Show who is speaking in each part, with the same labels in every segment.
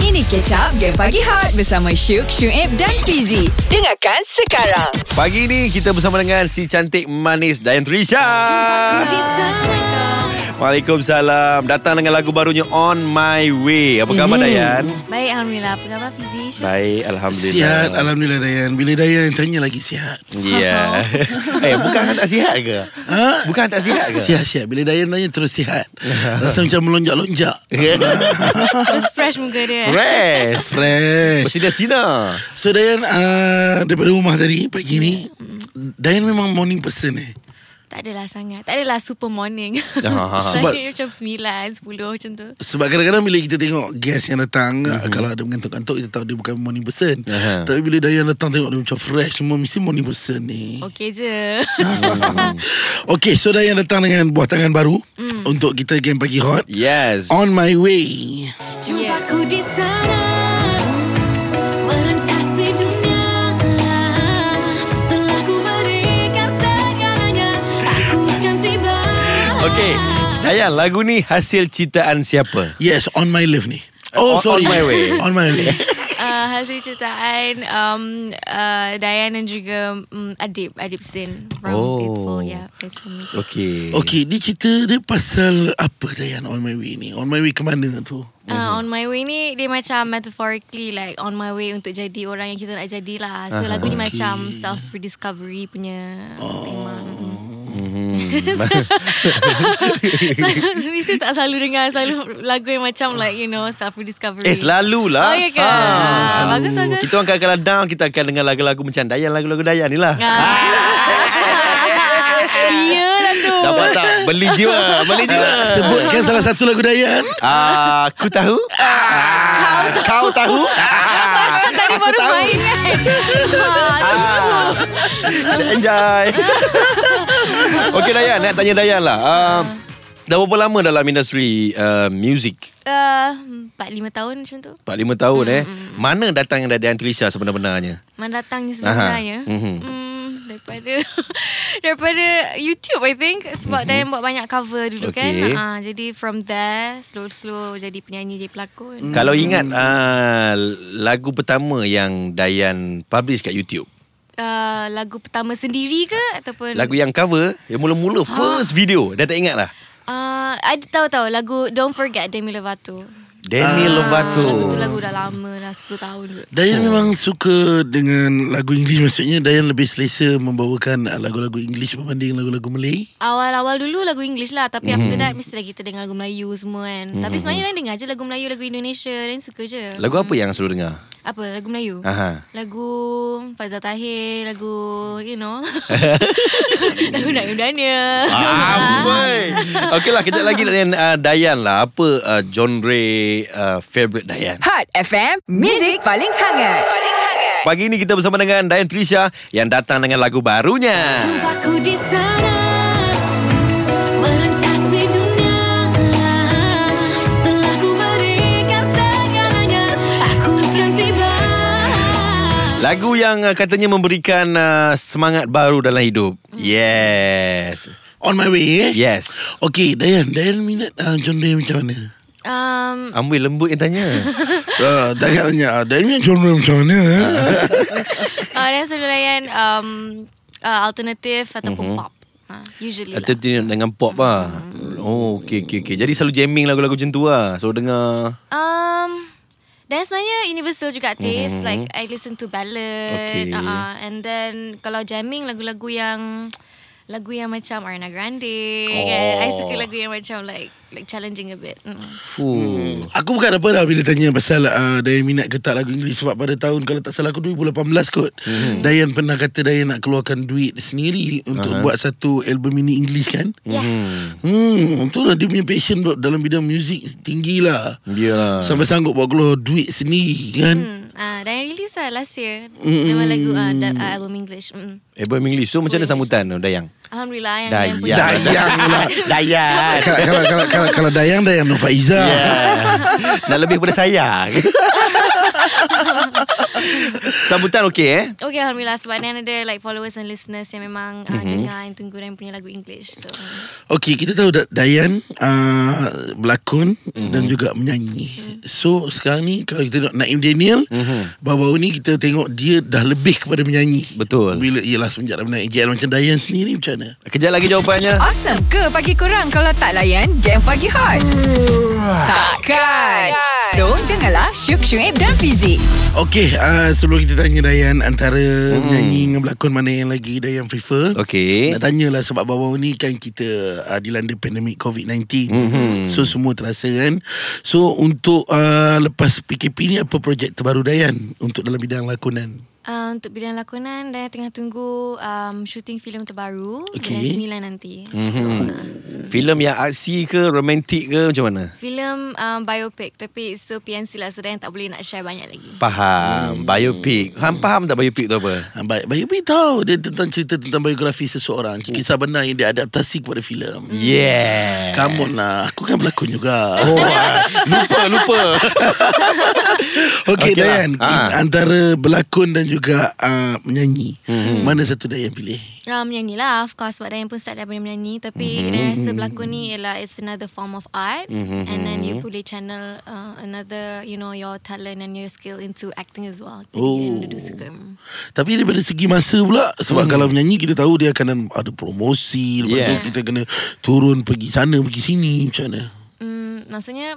Speaker 1: Ini Catch Up Game Pagi Hot bersama Syuk, Syuib dan Fizi. Dengarkan sekarang.
Speaker 2: Pagi ni kita bersama dengan si cantik manis Dayan Trisha. Waalaikumsalam. Datang dengan lagu barunya On My Way. Apa
Speaker 3: Uhuh.
Speaker 2: khabar Dayan?
Speaker 4: Baik, Alhamdulillah. Apa khabar Fizi? Syuk?
Speaker 2: Baik,
Speaker 3: Sihat
Speaker 2: alhamdulillah.
Speaker 3: Alhamdulillah Dayan Bila Dayan tanya lagi sihat
Speaker 2: Ya. eh, bukan tak sihat ke?
Speaker 3: Ha?
Speaker 2: Bukan tak sihat ke?
Speaker 3: Sihat-sihat Bila Dayan tanya terus sihat Rasa macam melonjak-lonjak
Speaker 4: Terus fresh muka dia.
Speaker 2: Fresh.
Speaker 3: Fresh
Speaker 2: Bersina-sina.
Speaker 3: So Dayan uh, Daripada rumah tadi Pagi ni Dayan memang morning person eh
Speaker 4: Tak adalah sangat. Tak adalah super morning.
Speaker 2: Ah,
Speaker 3: sebab-
Speaker 4: Saya macam 9, 10 macam tu.
Speaker 3: sebab kadang-kadang bila kita tengok guest yang datang mm-hmm. Kalau ada mengantuk-antuk Kita tahu dia bukan morning person
Speaker 2: Aha.
Speaker 3: Tapi bila Dayan datang tengok dia macam fresh Semua mesti morning person ni
Speaker 4: Okey je.
Speaker 3: Okay so Dayan datang dengan buah tangan baru mm. Untuk kita game pagi hot
Speaker 2: Yes.
Speaker 3: On my way
Speaker 5: Jumpaku di sana Merentasi dunia Telah ku berikan segalanya Aku akan tiba
Speaker 2: Okay. Dayan, lagu ni hasil citaan siapa?
Speaker 3: Yes, on my live ni.
Speaker 2: On-
Speaker 3: Oh,
Speaker 2: on
Speaker 3: sorry.
Speaker 2: my way.
Speaker 3: on my way.
Speaker 4: Uh, hasil ceritaan um, uh, Dayan dan juga um, Adib. Adib Sin from
Speaker 2: Oh.
Speaker 4: Faithful. Yeah, Faithful Music.
Speaker 2: Okey.
Speaker 3: Okay, ni cerita dia pasal apa Dayan on my way ni? On my way ke mana tu?
Speaker 4: Uh, on my way ni Dia macam metaphorically Like on my way Untuk jadi orang yang kita nak jadi lah So lagu ni macam Self rediscovery punya Tema mm. Selalu Mesti tak selalu dengar Selalu lagu yang macam Like you know Self rediscovery
Speaker 2: Eh selalulah
Speaker 4: Oh, ya ke? Ah, bagus, bagus.
Speaker 2: Kita orang kadang-kadang down Kita akan dengar lagu-lagu macam Dayan Lagu-lagu Dayan ni
Speaker 4: Ah.
Speaker 2: lah
Speaker 4: Iyalah tu
Speaker 2: Dapat tak? Beli jiwa Beli jiwa
Speaker 3: Sebutkan salah satu lagu Dayan.
Speaker 2: Ah, Aku tahu Ah, Kau tahu Ah,
Speaker 4: Tadi baru main kan
Speaker 2: ah. Enjoy Okay Dayan Nak tanya Dayan lah Ah, Dah berapa lama dalam industri uh, music?
Speaker 4: Ah, Empat lima tahun macam tu
Speaker 2: 45 tahun eh
Speaker 4: Hmm,
Speaker 2: Mana datang Dayan Trisha sebenar-benarnya?
Speaker 4: Mana datangnya
Speaker 2: Aha.
Speaker 4: sebenarnya
Speaker 2: Mhm.
Speaker 4: hmm, Daripada Daripada YouTube I think Sebab Dayan buat banyak cover
Speaker 2: Mhm.
Speaker 4: dulu
Speaker 2: Okay.
Speaker 4: kan Ah, Jadi from there Slow-slow Jadi penyanyi Jadi pelakon
Speaker 2: Kalau ingat uh, lagu pertama yang Dayan publish kat YouTube.
Speaker 4: Ah, Lagu pertama sendiri ke Ataupun
Speaker 2: Lagu yang cover, yang
Speaker 4: Ha.
Speaker 2: mula-mula first video. Dah tak ingat lah.
Speaker 4: Ah, Ada tahu-tahu Lagu Don't Forget Demi Lovato Uh,
Speaker 2: Demi Lovato.
Speaker 4: Ah, Lagu tu lagu dah lama dah 10 tahun dulu
Speaker 3: Dayan memang suka dengan lagu English maksudnya Dayan lebih selesa membawakan uh, lagu-lagu English berbanding lagu-lagu Malay.
Speaker 4: Awal-awal dulu lagu English lah Tapi after
Speaker 2: Mhm.
Speaker 4: that Mestilah kita dengar lagu Melayu semua kan Tapi sebenarnya Lain dengar je lagu Melayu Lagu Indonesia Lain suka je
Speaker 2: Lagu apa yang selalu dengar?
Speaker 4: Apa lagu Melayu?
Speaker 2: Aha.
Speaker 4: Lagu Fazal Tahir Lagu You know Lagu Naim Daniel
Speaker 2: Amboi. Okey lah, kejap lagi nak dengan uh, Dayan lah. Apa uh, genre uh, favourite Dayan?
Speaker 1: Hot FM, Music paling hangat. Paling hangat.
Speaker 2: Pagi ni kita bersama dengan Dayan Trisha yang datang dengan lagu barunya.
Speaker 5: Jumpaku di sana Merentasi dunia Telah ku berikan segalanya Aku akan tiba
Speaker 2: Lagu yang uh, katanya memberikan uh, semangat baru dalam hidup.
Speaker 4: Hmm.
Speaker 2: Yes.
Speaker 3: On my way eh.
Speaker 2: Yes.
Speaker 3: Okay, Dayan, Dayan minat uh, genre macam mana?
Speaker 4: um,
Speaker 2: Amboi lembut yang tanya.
Speaker 3: Uh, Dayan tanya, Dayan minat genre macam mana? eh?
Speaker 4: uh, Dan selalu layan um, uh, Alternative Ataupun pop uh, Usually lah
Speaker 2: Atau tu dengan pop lah
Speaker 4: Hmm.
Speaker 2: Oh okay, okay, okay. Jadi selalu jamming lagu-lagu macam tu lah Selalu dengar
Speaker 4: Um, dan sebenarnya universal juga taste. Mm-hmm. Like I listen to ballad.
Speaker 2: Okay.
Speaker 4: Uh, and then kalau jamming lagu-lagu yang lagu yang macam Ariana Grande. Oh. Kan? I suka lagu yang macam like like challenging a bit. Mm.
Speaker 2: Fuh.
Speaker 3: Hmm. Aku bukan apa dah bila tanya pasal uh, Dayan minat ke tak lagu Inggeris sebab pada tahun kalau tak salah aku 2018 kot. Hmm. Dayan pernah kata Dayan nak keluarkan duit sendiri untuk uh-huh. buat satu album mini English kan.
Speaker 2: Mhm. Ya.
Speaker 4: Yeah.
Speaker 3: Hmm, itulah dia punya passion dok dalam bidang muzik tinggi lah.
Speaker 2: Biarlah
Speaker 3: Sampai sanggup buat keluar duit sendiri kan.
Speaker 4: Mm. Uh, dan yang release lah last year. Mm. Memang lagu uh, da- uh, album English. Mm.
Speaker 2: Album Eh, English So macam mana sambutan tu, Dayang?
Speaker 4: Alhamdulillah yang
Speaker 2: Dayang
Speaker 4: yang punya-
Speaker 3: Dayang lah.
Speaker 2: Dayang Ya.
Speaker 3: Kalau, kalau, kalau, kalau, kalau Dayang Dayang Ya. Nova Iza.
Speaker 2: yeah. Nak lebih daripada saya Sambutan okey eh?
Speaker 4: Okay Alhamdulillah Sebab Nan ada like followers and listeners Yang memang mm-hmm. uh, dengar and tunggu Dan punya lagu English So mm-hmm.
Speaker 3: Okey, kita tahu Da- Dayan uh, berlakon mm-hmm. dan juga menyanyi. So sekarang ni kalau kita tengok Naim Daniel, mm-hmm. baru-baru ni kita tengok dia dah lebih kepada menyanyi.
Speaker 2: Betul.
Speaker 3: Bila ialah semenjak dah menaik JL macam Dayan sendiri macam mana?
Speaker 2: Kejap lagi jawapannya.
Speaker 1: Awesome ke pagi kurang kalau tak layan game pagi hot? Takkan. So, dengarlah Syuk Syuib dan Fizik.
Speaker 3: Okey, uh, sebelum kita tanya Dayan antara mm. menyanyi dengan berlakon mana yang lagi Dayan prefer?
Speaker 2: Okey.
Speaker 3: Nak tanyalah sebab baru-baru ni kan kita uh, dilanda pandemik COVID-19. Mm-hmm.
Speaker 2: Mhm.
Speaker 3: So semua terasa kan. So untuk uh, lepas PKP ni apa projek terbaru Dayan untuk dalam bidang lakonan?
Speaker 4: uh, Untuk bidang lakonan Dan tengah tunggu um, Shooting filem terbaru
Speaker 3: Okay.
Speaker 4: Bulan 9 nanti mm-hmm.
Speaker 2: Filem yang aksi ke romantik ke macam mana?
Speaker 4: Filem um, biopic Tapi still PNC lah So Dayan tak boleh nak share banyak lagi
Speaker 3: Hmm.
Speaker 2: Faham. Biopic. Hang faham tak biopic tu apa?
Speaker 3: Ah, Baik, baik Baik tahu dia tentang cerita tentang biografi seseorang.
Speaker 2: Oh.
Speaker 3: Kisah benar yang diadaptasi kepada filem.
Speaker 2: Yeah.
Speaker 3: Come on lah, aku kan berlakon juga.
Speaker 2: Oh, lupa, lupa. Okey
Speaker 3: Okey okay
Speaker 2: lah.
Speaker 3: Dayan,
Speaker 2: Ha.
Speaker 3: antara berlakon dan juga uh, menyanyi,
Speaker 2: Mhm.
Speaker 3: hmm. mana satu Dayan pilih?
Speaker 4: um, Menyanyi lah Of course Sebab Dayan pun start daripada menyanyi Tapi mm-hmm. Dayan rasa berlakon ni Ialah it's another form of art mm-hmm. And then you boleh channel uh, Another You know Your talent and your skill Into acting as well Jadi
Speaker 3: Oh.
Speaker 4: Dayan duduk suka
Speaker 3: Tapi daripada segi masa pula Sebab hmm. kalau menyanyi kita tahu dia akan ada promosi Lepas
Speaker 2: Yes.
Speaker 3: tu kita kena turun pergi sana pergi sini Macam mana?
Speaker 4: mm, Maksudnya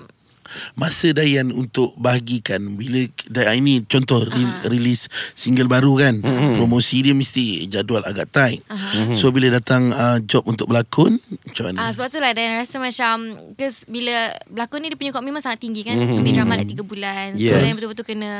Speaker 3: Masa Dayan untuk bahagikan Bila Dayan ini contoh uh-huh. rilis single baru kan hmm. Promosi dia mesti jadual agak tight uh-huh.
Speaker 2: Hmm.
Speaker 3: So bila datang uh, job untuk berlakon Macam
Speaker 4: Ah,
Speaker 3: mana?
Speaker 4: sebab tu lah Dan rasa macam Cause bila Berlakon ni dia punya komitmen sangat tinggi kan mm-hmm. Ambil drama dah 3 bulan yes. So
Speaker 2: Hmm. Yes.
Speaker 4: Dan betul-betul kena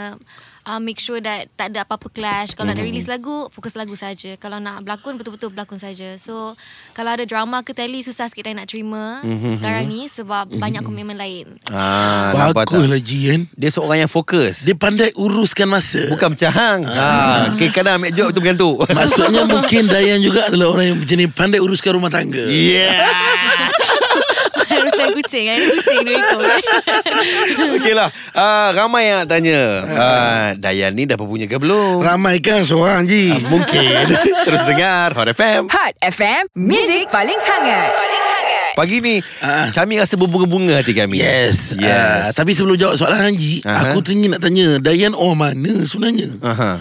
Speaker 4: uh, Make sure that Tak ada apa-apa clash Kalau mm-hmm.
Speaker 2: Hmm.
Speaker 4: nak release lagu Fokus lagu saja. Kalau nak berlakon Betul-betul berlakon saja. So Kalau ada drama ke tele Susah sikit Dan nak terima
Speaker 2: Hmm,
Speaker 4: mm-hmm. Sekarang ni Sebab mm-hmm. banyak komitmen lain
Speaker 2: Ah, nampak
Speaker 3: Bagus
Speaker 2: tak?
Speaker 3: lah Jian
Speaker 2: Dia seorang yang fokus. Dia
Speaker 3: Dia pandai uruskan masa
Speaker 2: bukan macam hang. Ah, kadang-kadang ambil job tu bukan tu.
Speaker 3: Maksudnya mungkin Dayan juga adalah orang yang jenis pandai uruskan rumah tangga.
Speaker 2: Yeah.
Speaker 4: Urusan kucing kan Kucing dua ekor
Speaker 2: Okey lah. Ah, ramai yang nak tanya. Ah, Dayan ni dah berpunya ke belum?
Speaker 3: Ramai kan seorang je.
Speaker 2: Ah, Mungkin. Terus dengar Hot FM.
Speaker 1: Hot FM, Music paling hangat. Paling hangat.
Speaker 2: Pagi ni
Speaker 3: Ah.
Speaker 2: kami rasa berbunga-bunga hati kami.
Speaker 3: Yes. yes. Uh,
Speaker 2: Yes.
Speaker 3: tapi sebelum jawab soalan Haji,
Speaker 2: Aha.
Speaker 3: aku teringin nak tanya Dayan orang mana sebenarnya?
Speaker 2: Aha.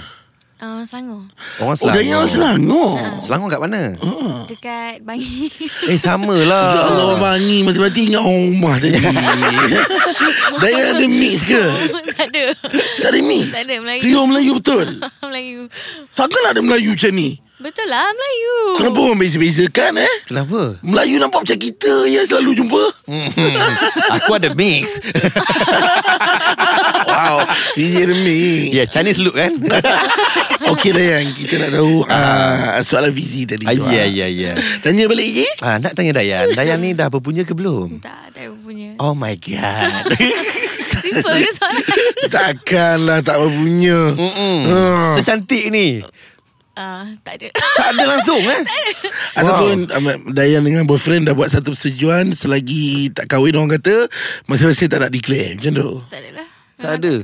Speaker 4: uh, Selangor
Speaker 2: Orang
Speaker 3: Oh,
Speaker 2: Selangor.
Speaker 3: Dayan orang Selangor.
Speaker 2: Selangor kat mana? Ha.
Speaker 4: Dekat Bangi
Speaker 2: Eh sama lah.
Speaker 4: Ah.
Speaker 3: Ya Allah orang Bangi Mati-mati ingat orang rumah tadi Dayan ada mix ke?
Speaker 4: Tak ada
Speaker 3: Tak ada mix?
Speaker 4: Tak ada, Melayu.
Speaker 3: Trio Melayu betul?
Speaker 4: Melayu
Speaker 3: Takkan ada Melayu macam ni?
Speaker 4: Betul lah Melayu
Speaker 3: Kenapa orang beza-bezakan eh?
Speaker 2: Kenapa?
Speaker 3: Melayu nampak macam kita yang selalu jumpa
Speaker 2: Aku ada mix.
Speaker 3: Wow DJ Demi
Speaker 2: Ya, yeah, Chinese look kan?
Speaker 3: Okey Dayan Kita nak tahu uh, Soalan Fizi tadi
Speaker 2: Ah,
Speaker 3: tu
Speaker 2: ya,
Speaker 3: ah.
Speaker 2: ya, ya.
Speaker 3: Tanya balik je
Speaker 2: Ah, nak tanya Dayan. Dayan ni dah berpunya ke belum?
Speaker 4: Tak, tak punya
Speaker 2: Oh my god.
Speaker 4: Simple ke soalan
Speaker 3: Takkanlah tak berpunya
Speaker 2: Mm-mm.
Speaker 3: Ah.
Speaker 2: Hmm. Secantik ni.
Speaker 4: Ah, tak ada.
Speaker 2: Tak ada langsung eh?
Speaker 3: Ataupun um, Dayan dengan boyfriend Dah buat satu persetujuan Selagi tak kahwin Orang kata Masing-masing tak nak declare Macam tu
Speaker 4: tak ada lah.
Speaker 2: Ah, Tak ada.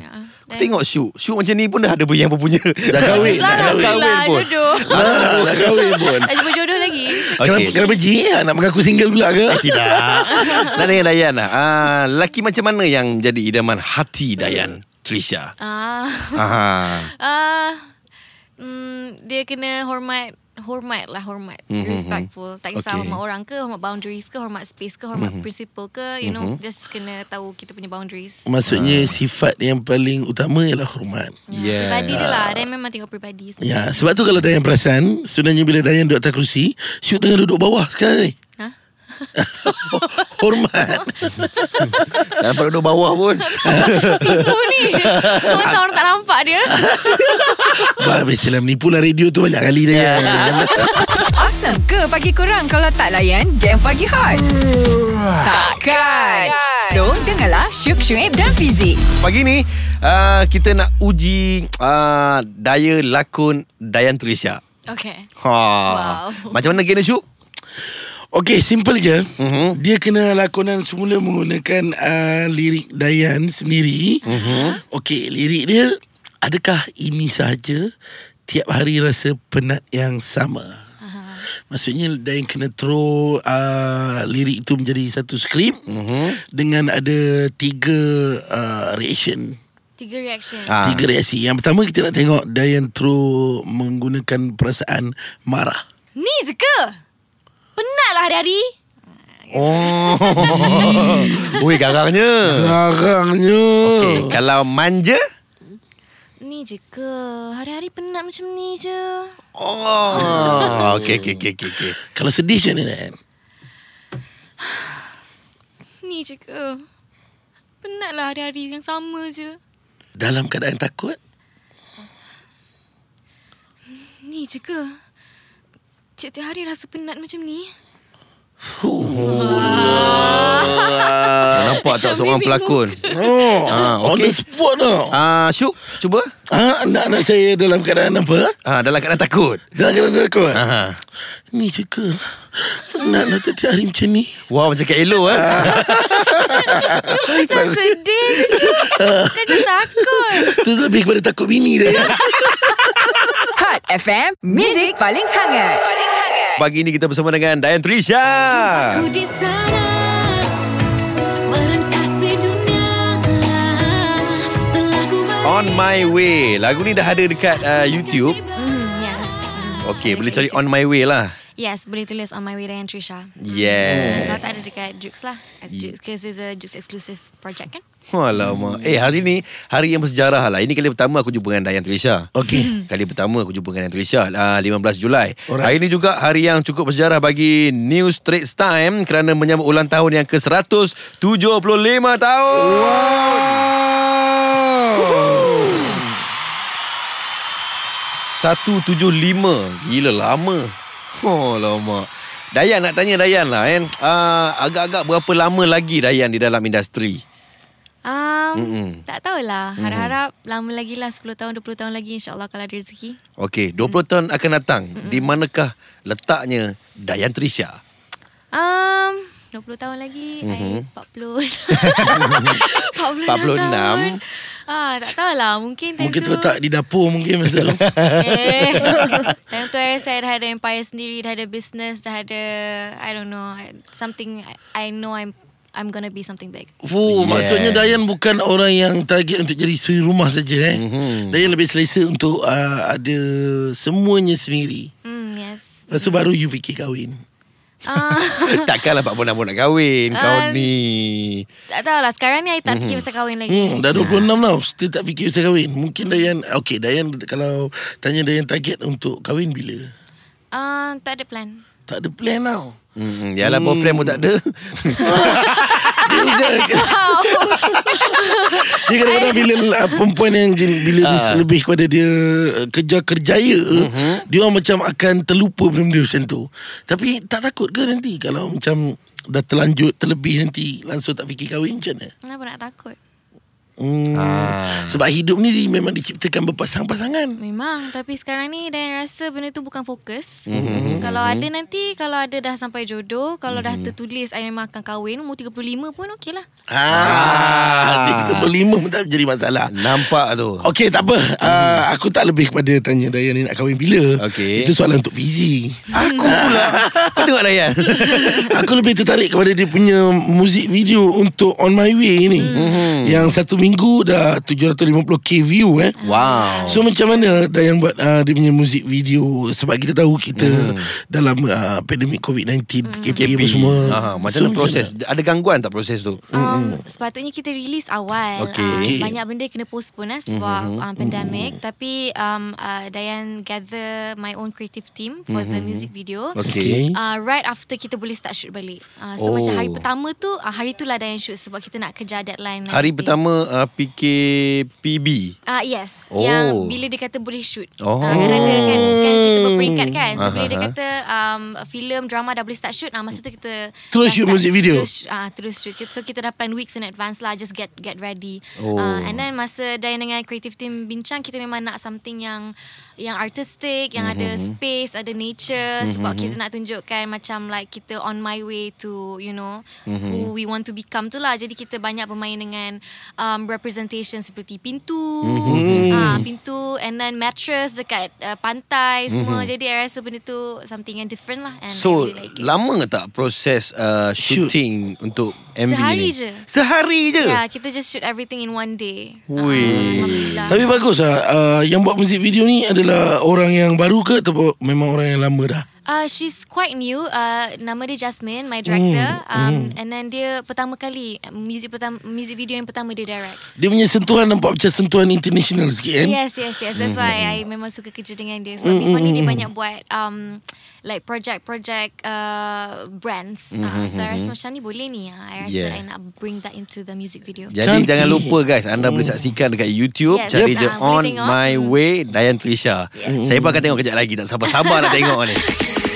Speaker 2: Kau
Speaker 4: Ah.
Speaker 2: tengok Syuk. Syuk macam ni pun dah ada yang berpunya.
Speaker 3: Dah kahwin Dah
Speaker 4: Selamat
Speaker 3: kahwin
Speaker 2: kahwin lah,
Speaker 4: kahwin
Speaker 2: pun.
Speaker 4: pun. Jodoh.
Speaker 3: Ah, Dah kahwin pun
Speaker 4: Nak jumpa jodoh lagi.
Speaker 3: Kenapa,
Speaker 2: Okey.
Speaker 3: kenapa Ji Nak mengaku single pula ke
Speaker 2: Tidak. Nak tanya Dayan lah. Ah, lelaki macam mana yang jadi idaman hati Dayan? Trisha.
Speaker 4: Ah.
Speaker 2: Aha.
Speaker 4: Ah. Mm, dia kena hormat hormat lah hormat mm-hmm. respectful tak kisah
Speaker 2: Hmm, Okay. Hmm,
Speaker 4: okay. hormat orang ke hormat boundaries ke hormat space ke hormat mm-hmm. principle ke you know mm-hmm. just kena tahu kita punya boundaries
Speaker 3: Maksudnya sifat yang paling utama Ialah hormat
Speaker 2: Yeah.
Speaker 4: Ah, pribadi dia lah dia memang tengok pribadi sebenarnya
Speaker 3: Ya, sebab tu kalau Dayan perasan, sebenarnya bila Dayan duduk atas kerusi, Syuk tengah duduk bawah sekarang ni.
Speaker 4: Ha?
Speaker 3: Hormat.
Speaker 2: Dan pada duduk bawah pun.
Speaker 4: tipu ni semua tahu orang tak nampak dia
Speaker 3: Bah, biasalah menipu lah radio tu banyak kali Dayan.
Speaker 1: Awesome ke pagi kurang kalau tak layan game pagi hot? Takkan. So, dengarlah Syuk Syuib dan Fizik.
Speaker 2: Pagi ni uh, kita nak uji uh, daya lakon Dayan Trisha.
Speaker 4: okay
Speaker 2: Ha.
Speaker 4: Wow.
Speaker 2: Macam mana kena Syuk?
Speaker 3: Okey, simple je.
Speaker 2: Mhm.
Speaker 3: Dia kena lakonan semula ah,
Speaker 2: Mhm.
Speaker 3: menggunakan uh, lirik Dayan sendiri. Okey, lirik dia adakah ini sahaja tiap hari rasa penat yang sama? Maksudnya Dayan kena throw uh, lirik itu menjadi satu skrip
Speaker 2: Mhm.
Speaker 3: dengan ada tiga uh, reaction.
Speaker 4: Tiga reaction.
Speaker 2: Ah.
Speaker 3: Tiga reaksi. Yang pertama kita nak tengok Dayan throw menggunakan perasaan marah.
Speaker 4: Ni Zeka. Penatlah lah hari-hari.
Speaker 2: Oh. Ui garangnya.
Speaker 3: Garangnya.
Speaker 2: Okey,
Speaker 3: Oh.
Speaker 2: kalau manja?
Speaker 4: Ni je ke? Hari-hari penat macam ni je.
Speaker 2: Oh. Okey okey okey okey. okey.
Speaker 3: Kalau sedih macam mana Dan?
Speaker 4: Ni je ke? Penatlah hari-hari yang sama je.
Speaker 3: Dalam keadaan takut
Speaker 4: Ni je ke? Tiap-tiap hari rasa penat macam ni.
Speaker 2: Tak nampak tak seorang pelakon?
Speaker 3: Oh,
Speaker 2: Ah,
Speaker 3: on
Speaker 2: okey.
Speaker 3: the spot tau.
Speaker 2: Ah, Syuk, cuba.
Speaker 3: Ah, anak-anak saya dalam keadaan apa?
Speaker 2: Ah, dalam keadaan takut.
Speaker 3: Dalam keadaan takut.
Speaker 2: Ah.
Speaker 3: Ni je ke? Nak nak tiap hari macam ni.
Speaker 2: Wow, macam Kak Elo eh.
Speaker 4: Macam sedih je. Kan macam takut.
Speaker 3: Tu lebih kepada takut bini dia. ya.
Speaker 2: Ah.
Speaker 1: Hot FM, Music paling hangat. Paling hangat.
Speaker 2: Pagi ni kita bersama dengan Dayan Trisha.
Speaker 5: Ku di sana merentasi dunia telah ku
Speaker 2: On My Way. Lagu ni dah ada dekat uh, YouTube.
Speaker 4: Hmm, yes.
Speaker 2: Okey, boleh cari On My Way lah.
Speaker 4: Yes, boleh tulis on my way dengan Trisha. Kalau
Speaker 2: Yes.
Speaker 4: tak ada dekat Jukes lah. Jukes, because it's a Jukes exclusive project kan?
Speaker 2: Alamak. Eh, hari ni hari yang bersejarah lah. Ini kali pertama aku jumpa dengan Dayan Trisha.
Speaker 3: Okey.
Speaker 2: Kali pertama aku jumpa dengan Dayan Trisha uh, 15 Julai.
Speaker 3: Alright.
Speaker 2: Hari ini juga hari yang cukup bersejarah bagi New Straits Time kerana menyambut ulang tahun yang ke-175 tahun. Wow. 175 Gila lama Oh lama Dayan nak tanya Dayan lah kan uh, Agak-agak berapa lama lagi Dayan di dalam industri
Speaker 4: Um,
Speaker 2: Mm-mm.
Speaker 4: Tak tahulah. Harap-harap lama lagi lah. 10 tahun, 20 tahun lagi insyaAllah kalau ada rezeki.
Speaker 2: Okey 20 tahun akan datang Di manakah letaknya Dayan Trisha
Speaker 4: Um, 20 tahun lagi. Mm-hmm.
Speaker 3: Mhm.
Speaker 4: I
Speaker 2: 46.
Speaker 4: 40. 46 tahun. Ah, tak tahulah. Mungkin time
Speaker 3: Mungkin
Speaker 4: tu.
Speaker 3: terletak di dapur mungkin masa tu.
Speaker 4: Eh, time tu eh, saya dah ada empire sendiri. Dah ada business. Dah ada, I don't know. Something I, I know I'm I'm gonna be something big.
Speaker 3: Fuh, yes.
Speaker 2: Yes.
Speaker 3: maksudnya Dayan bukan orang yang target untuk jadi suri rumah saja eh.
Speaker 2: Mhm.
Speaker 3: Mm-hmm. Dayan lebih selesa untuk uh, ada semuanya sendiri.
Speaker 4: Hmm, yes.
Speaker 3: Lepas tu baru you fikir kahwin.
Speaker 4: Ah,
Speaker 2: Eh, Takkanlah Pak Bonabo nak kahwin Kau
Speaker 4: Ah.
Speaker 2: ni
Speaker 4: tak tahulah. Sekarang ni I tak fikir pasal kahwin lagi.
Speaker 3: Hmm, dah 26 tau, still tak fikir pasal kahwin. Mungkin Dayan, okay Dayan kalau tanya Dayan target untuk kahwin bila?
Speaker 4: Ah, tak ada plan.
Speaker 3: Tak ada plan tau.
Speaker 2: Hmm, yalah hmm. boyfriend pun tak ada
Speaker 3: Dia macam- Dia kadang-kadang bila uh, perempuan yang jen- bila dia
Speaker 2: Ah.
Speaker 3: lebih kepada dia uh, kerja kerjaya, uh-huh. dia orang macam akan terlupa benda-benda macam tu. Tapi tak takut ke nanti kalau macam dah terlanjut terlebih nanti langsung tak fikir kahwin macam mana?
Speaker 4: Kenapa nak takut?
Speaker 3: Hmm.
Speaker 2: Ah.
Speaker 3: Sebab hidup ni dia memang diciptakan berpasang-pasangan.
Speaker 4: Memang Tapi sekarang ni Dan rasa benda tu bukan fokus mm-hmm. Kalau ada nanti Kalau ada dah sampai jodoh Kalau mm-hmm. dah tertulis I memang akan kahwin Umur 35 pun okey lah
Speaker 3: Ah, ah. kita berlima pun tak jadi masalah.
Speaker 2: Nampak tu
Speaker 3: Okey tak apa uh, Aku tak lebih kepada Tanya Dayan ni nak kahwin bila
Speaker 2: Okey.
Speaker 3: Itu soalan untuk Fizi
Speaker 2: Aku pula Kau tengok lah, Dayan
Speaker 3: Aku lebih tertarik kepada dia punya Muzik video untuk On My Way
Speaker 2: Mhm.
Speaker 3: ni mm-hmm. Yang satu minggu dah 750k view eh
Speaker 2: Wow
Speaker 3: So macam mana Dayan buat uh, dia punya muzik video Sebab kita tahu kita
Speaker 2: Mhm.
Speaker 3: dalam uh, pandemik COVID-19 KP, apa semua
Speaker 2: ha, Macam mana proses Ada gangguan tak proses tu
Speaker 4: um, Sepatutnya kita release awal
Speaker 2: Okey.
Speaker 4: Ah,
Speaker 3: Okey.
Speaker 4: Banyak benda kena postpone lah Sebab mm-hmm. um, pandemik Tapi um, uh, Dayan gather My own creative team For mm-hmm. the music video
Speaker 2: Okey.
Speaker 4: uh, right after kita boleh start shoot balik. Uh,
Speaker 2: Oh.
Speaker 4: so oh. macam hari pertama tu, uh, hari tu lah Dayan shoot sebab kita nak kejar deadline.
Speaker 2: Hari pertama uh, PKPB
Speaker 4: Ah uh, yes,
Speaker 2: Oh.
Speaker 4: oh. yang bila dia kata boleh shoot.
Speaker 2: Oh.
Speaker 4: Ah, kerana kan, kan kita berperingkat kan. So bila dia
Speaker 2: Aha.
Speaker 4: kata um, filem drama dah boleh start shoot, ah masa tu kita
Speaker 3: Terus
Speaker 4: dah
Speaker 3: shoot
Speaker 4: start-
Speaker 3: music video?
Speaker 4: Terus ah terus shoot. So kita dah plan weeks in advance lah just get get ready.
Speaker 2: Oh.
Speaker 4: Ah, and then masa Dayan dengan creative team bincang kita memang nak something yang yang artistic, yang
Speaker 2: Mhm,
Speaker 4: mm-hmm. ada space, ada nature mm-hmm. sebab kita nak tunjukkan macam like kita on
Speaker 2: Mhm.
Speaker 4: my way to you know mm-hmm. who we want to become tu lah. Jadi kita banyak bermain dengan um, representation seperti pintu,
Speaker 2: Mhm.
Speaker 4: mm-hmm. ah pintu and then mattress dekat uh, pantai semua. Mm-hmm. Jadi I rasa benda tu something yang different lah and
Speaker 2: Mhm. So
Speaker 4: I really like it.
Speaker 2: lama tak proses uh, shooting untuk MV
Speaker 4: Sehari
Speaker 2: ni?
Speaker 4: je. Ya.
Speaker 2: Sehari je.
Speaker 4: Yeah, kita just shoot everything in one day.
Speaker 2: Wih.
Speaker 4: Alhamdulillah.
Speaker 3: Tapi bagus lah uh, Yang buat muzik video ni Adalah orang yang baru ke Atau memang orang yang lama dah
Speaker 4: Uh, she's quite new. Uh, nama dia Jasmine, my
Speaker 2: Mm,
Speaker 4: director. Um, And then dia pertama kali music pertama music video yang pertama dia direct.
Speaker 3: Dia punya sentuhan Nampak macam sentuhan international sikit kan
Speaker 4: Yes, yes, yes. That's
Speaker 2: Mm-hmm.
Speaker 4: why I memang suka kerja dengan
Speaker 2: Mm,
Speaker 4: dia. Sebab before ni dia banyak buat um, like project-project uh, brands. Uh, so I rasa macam ni boleh ni. Uh. I rasa
Speaker 2: Mm-hmm, Yeah.
Speaker 4: I nak bring that into the music video.
Speaker 2: Jadi
Speaker 3: Cantik.
Speaker 2: jangan lupa guys Anda boleh saksikan dekat YouTube
Speaker 4: Yes,
Speaker 2: Cari
Speaker 4: yep.
Speaker 2: je
Speaker 4: Ah, boleh
Speaker 2: On
Speaker 4: tengok.
Speaker 2: My Way Dayan Trisha Saya pun akan tengok kejap lagi Tak sabar-sabar nak tengok ni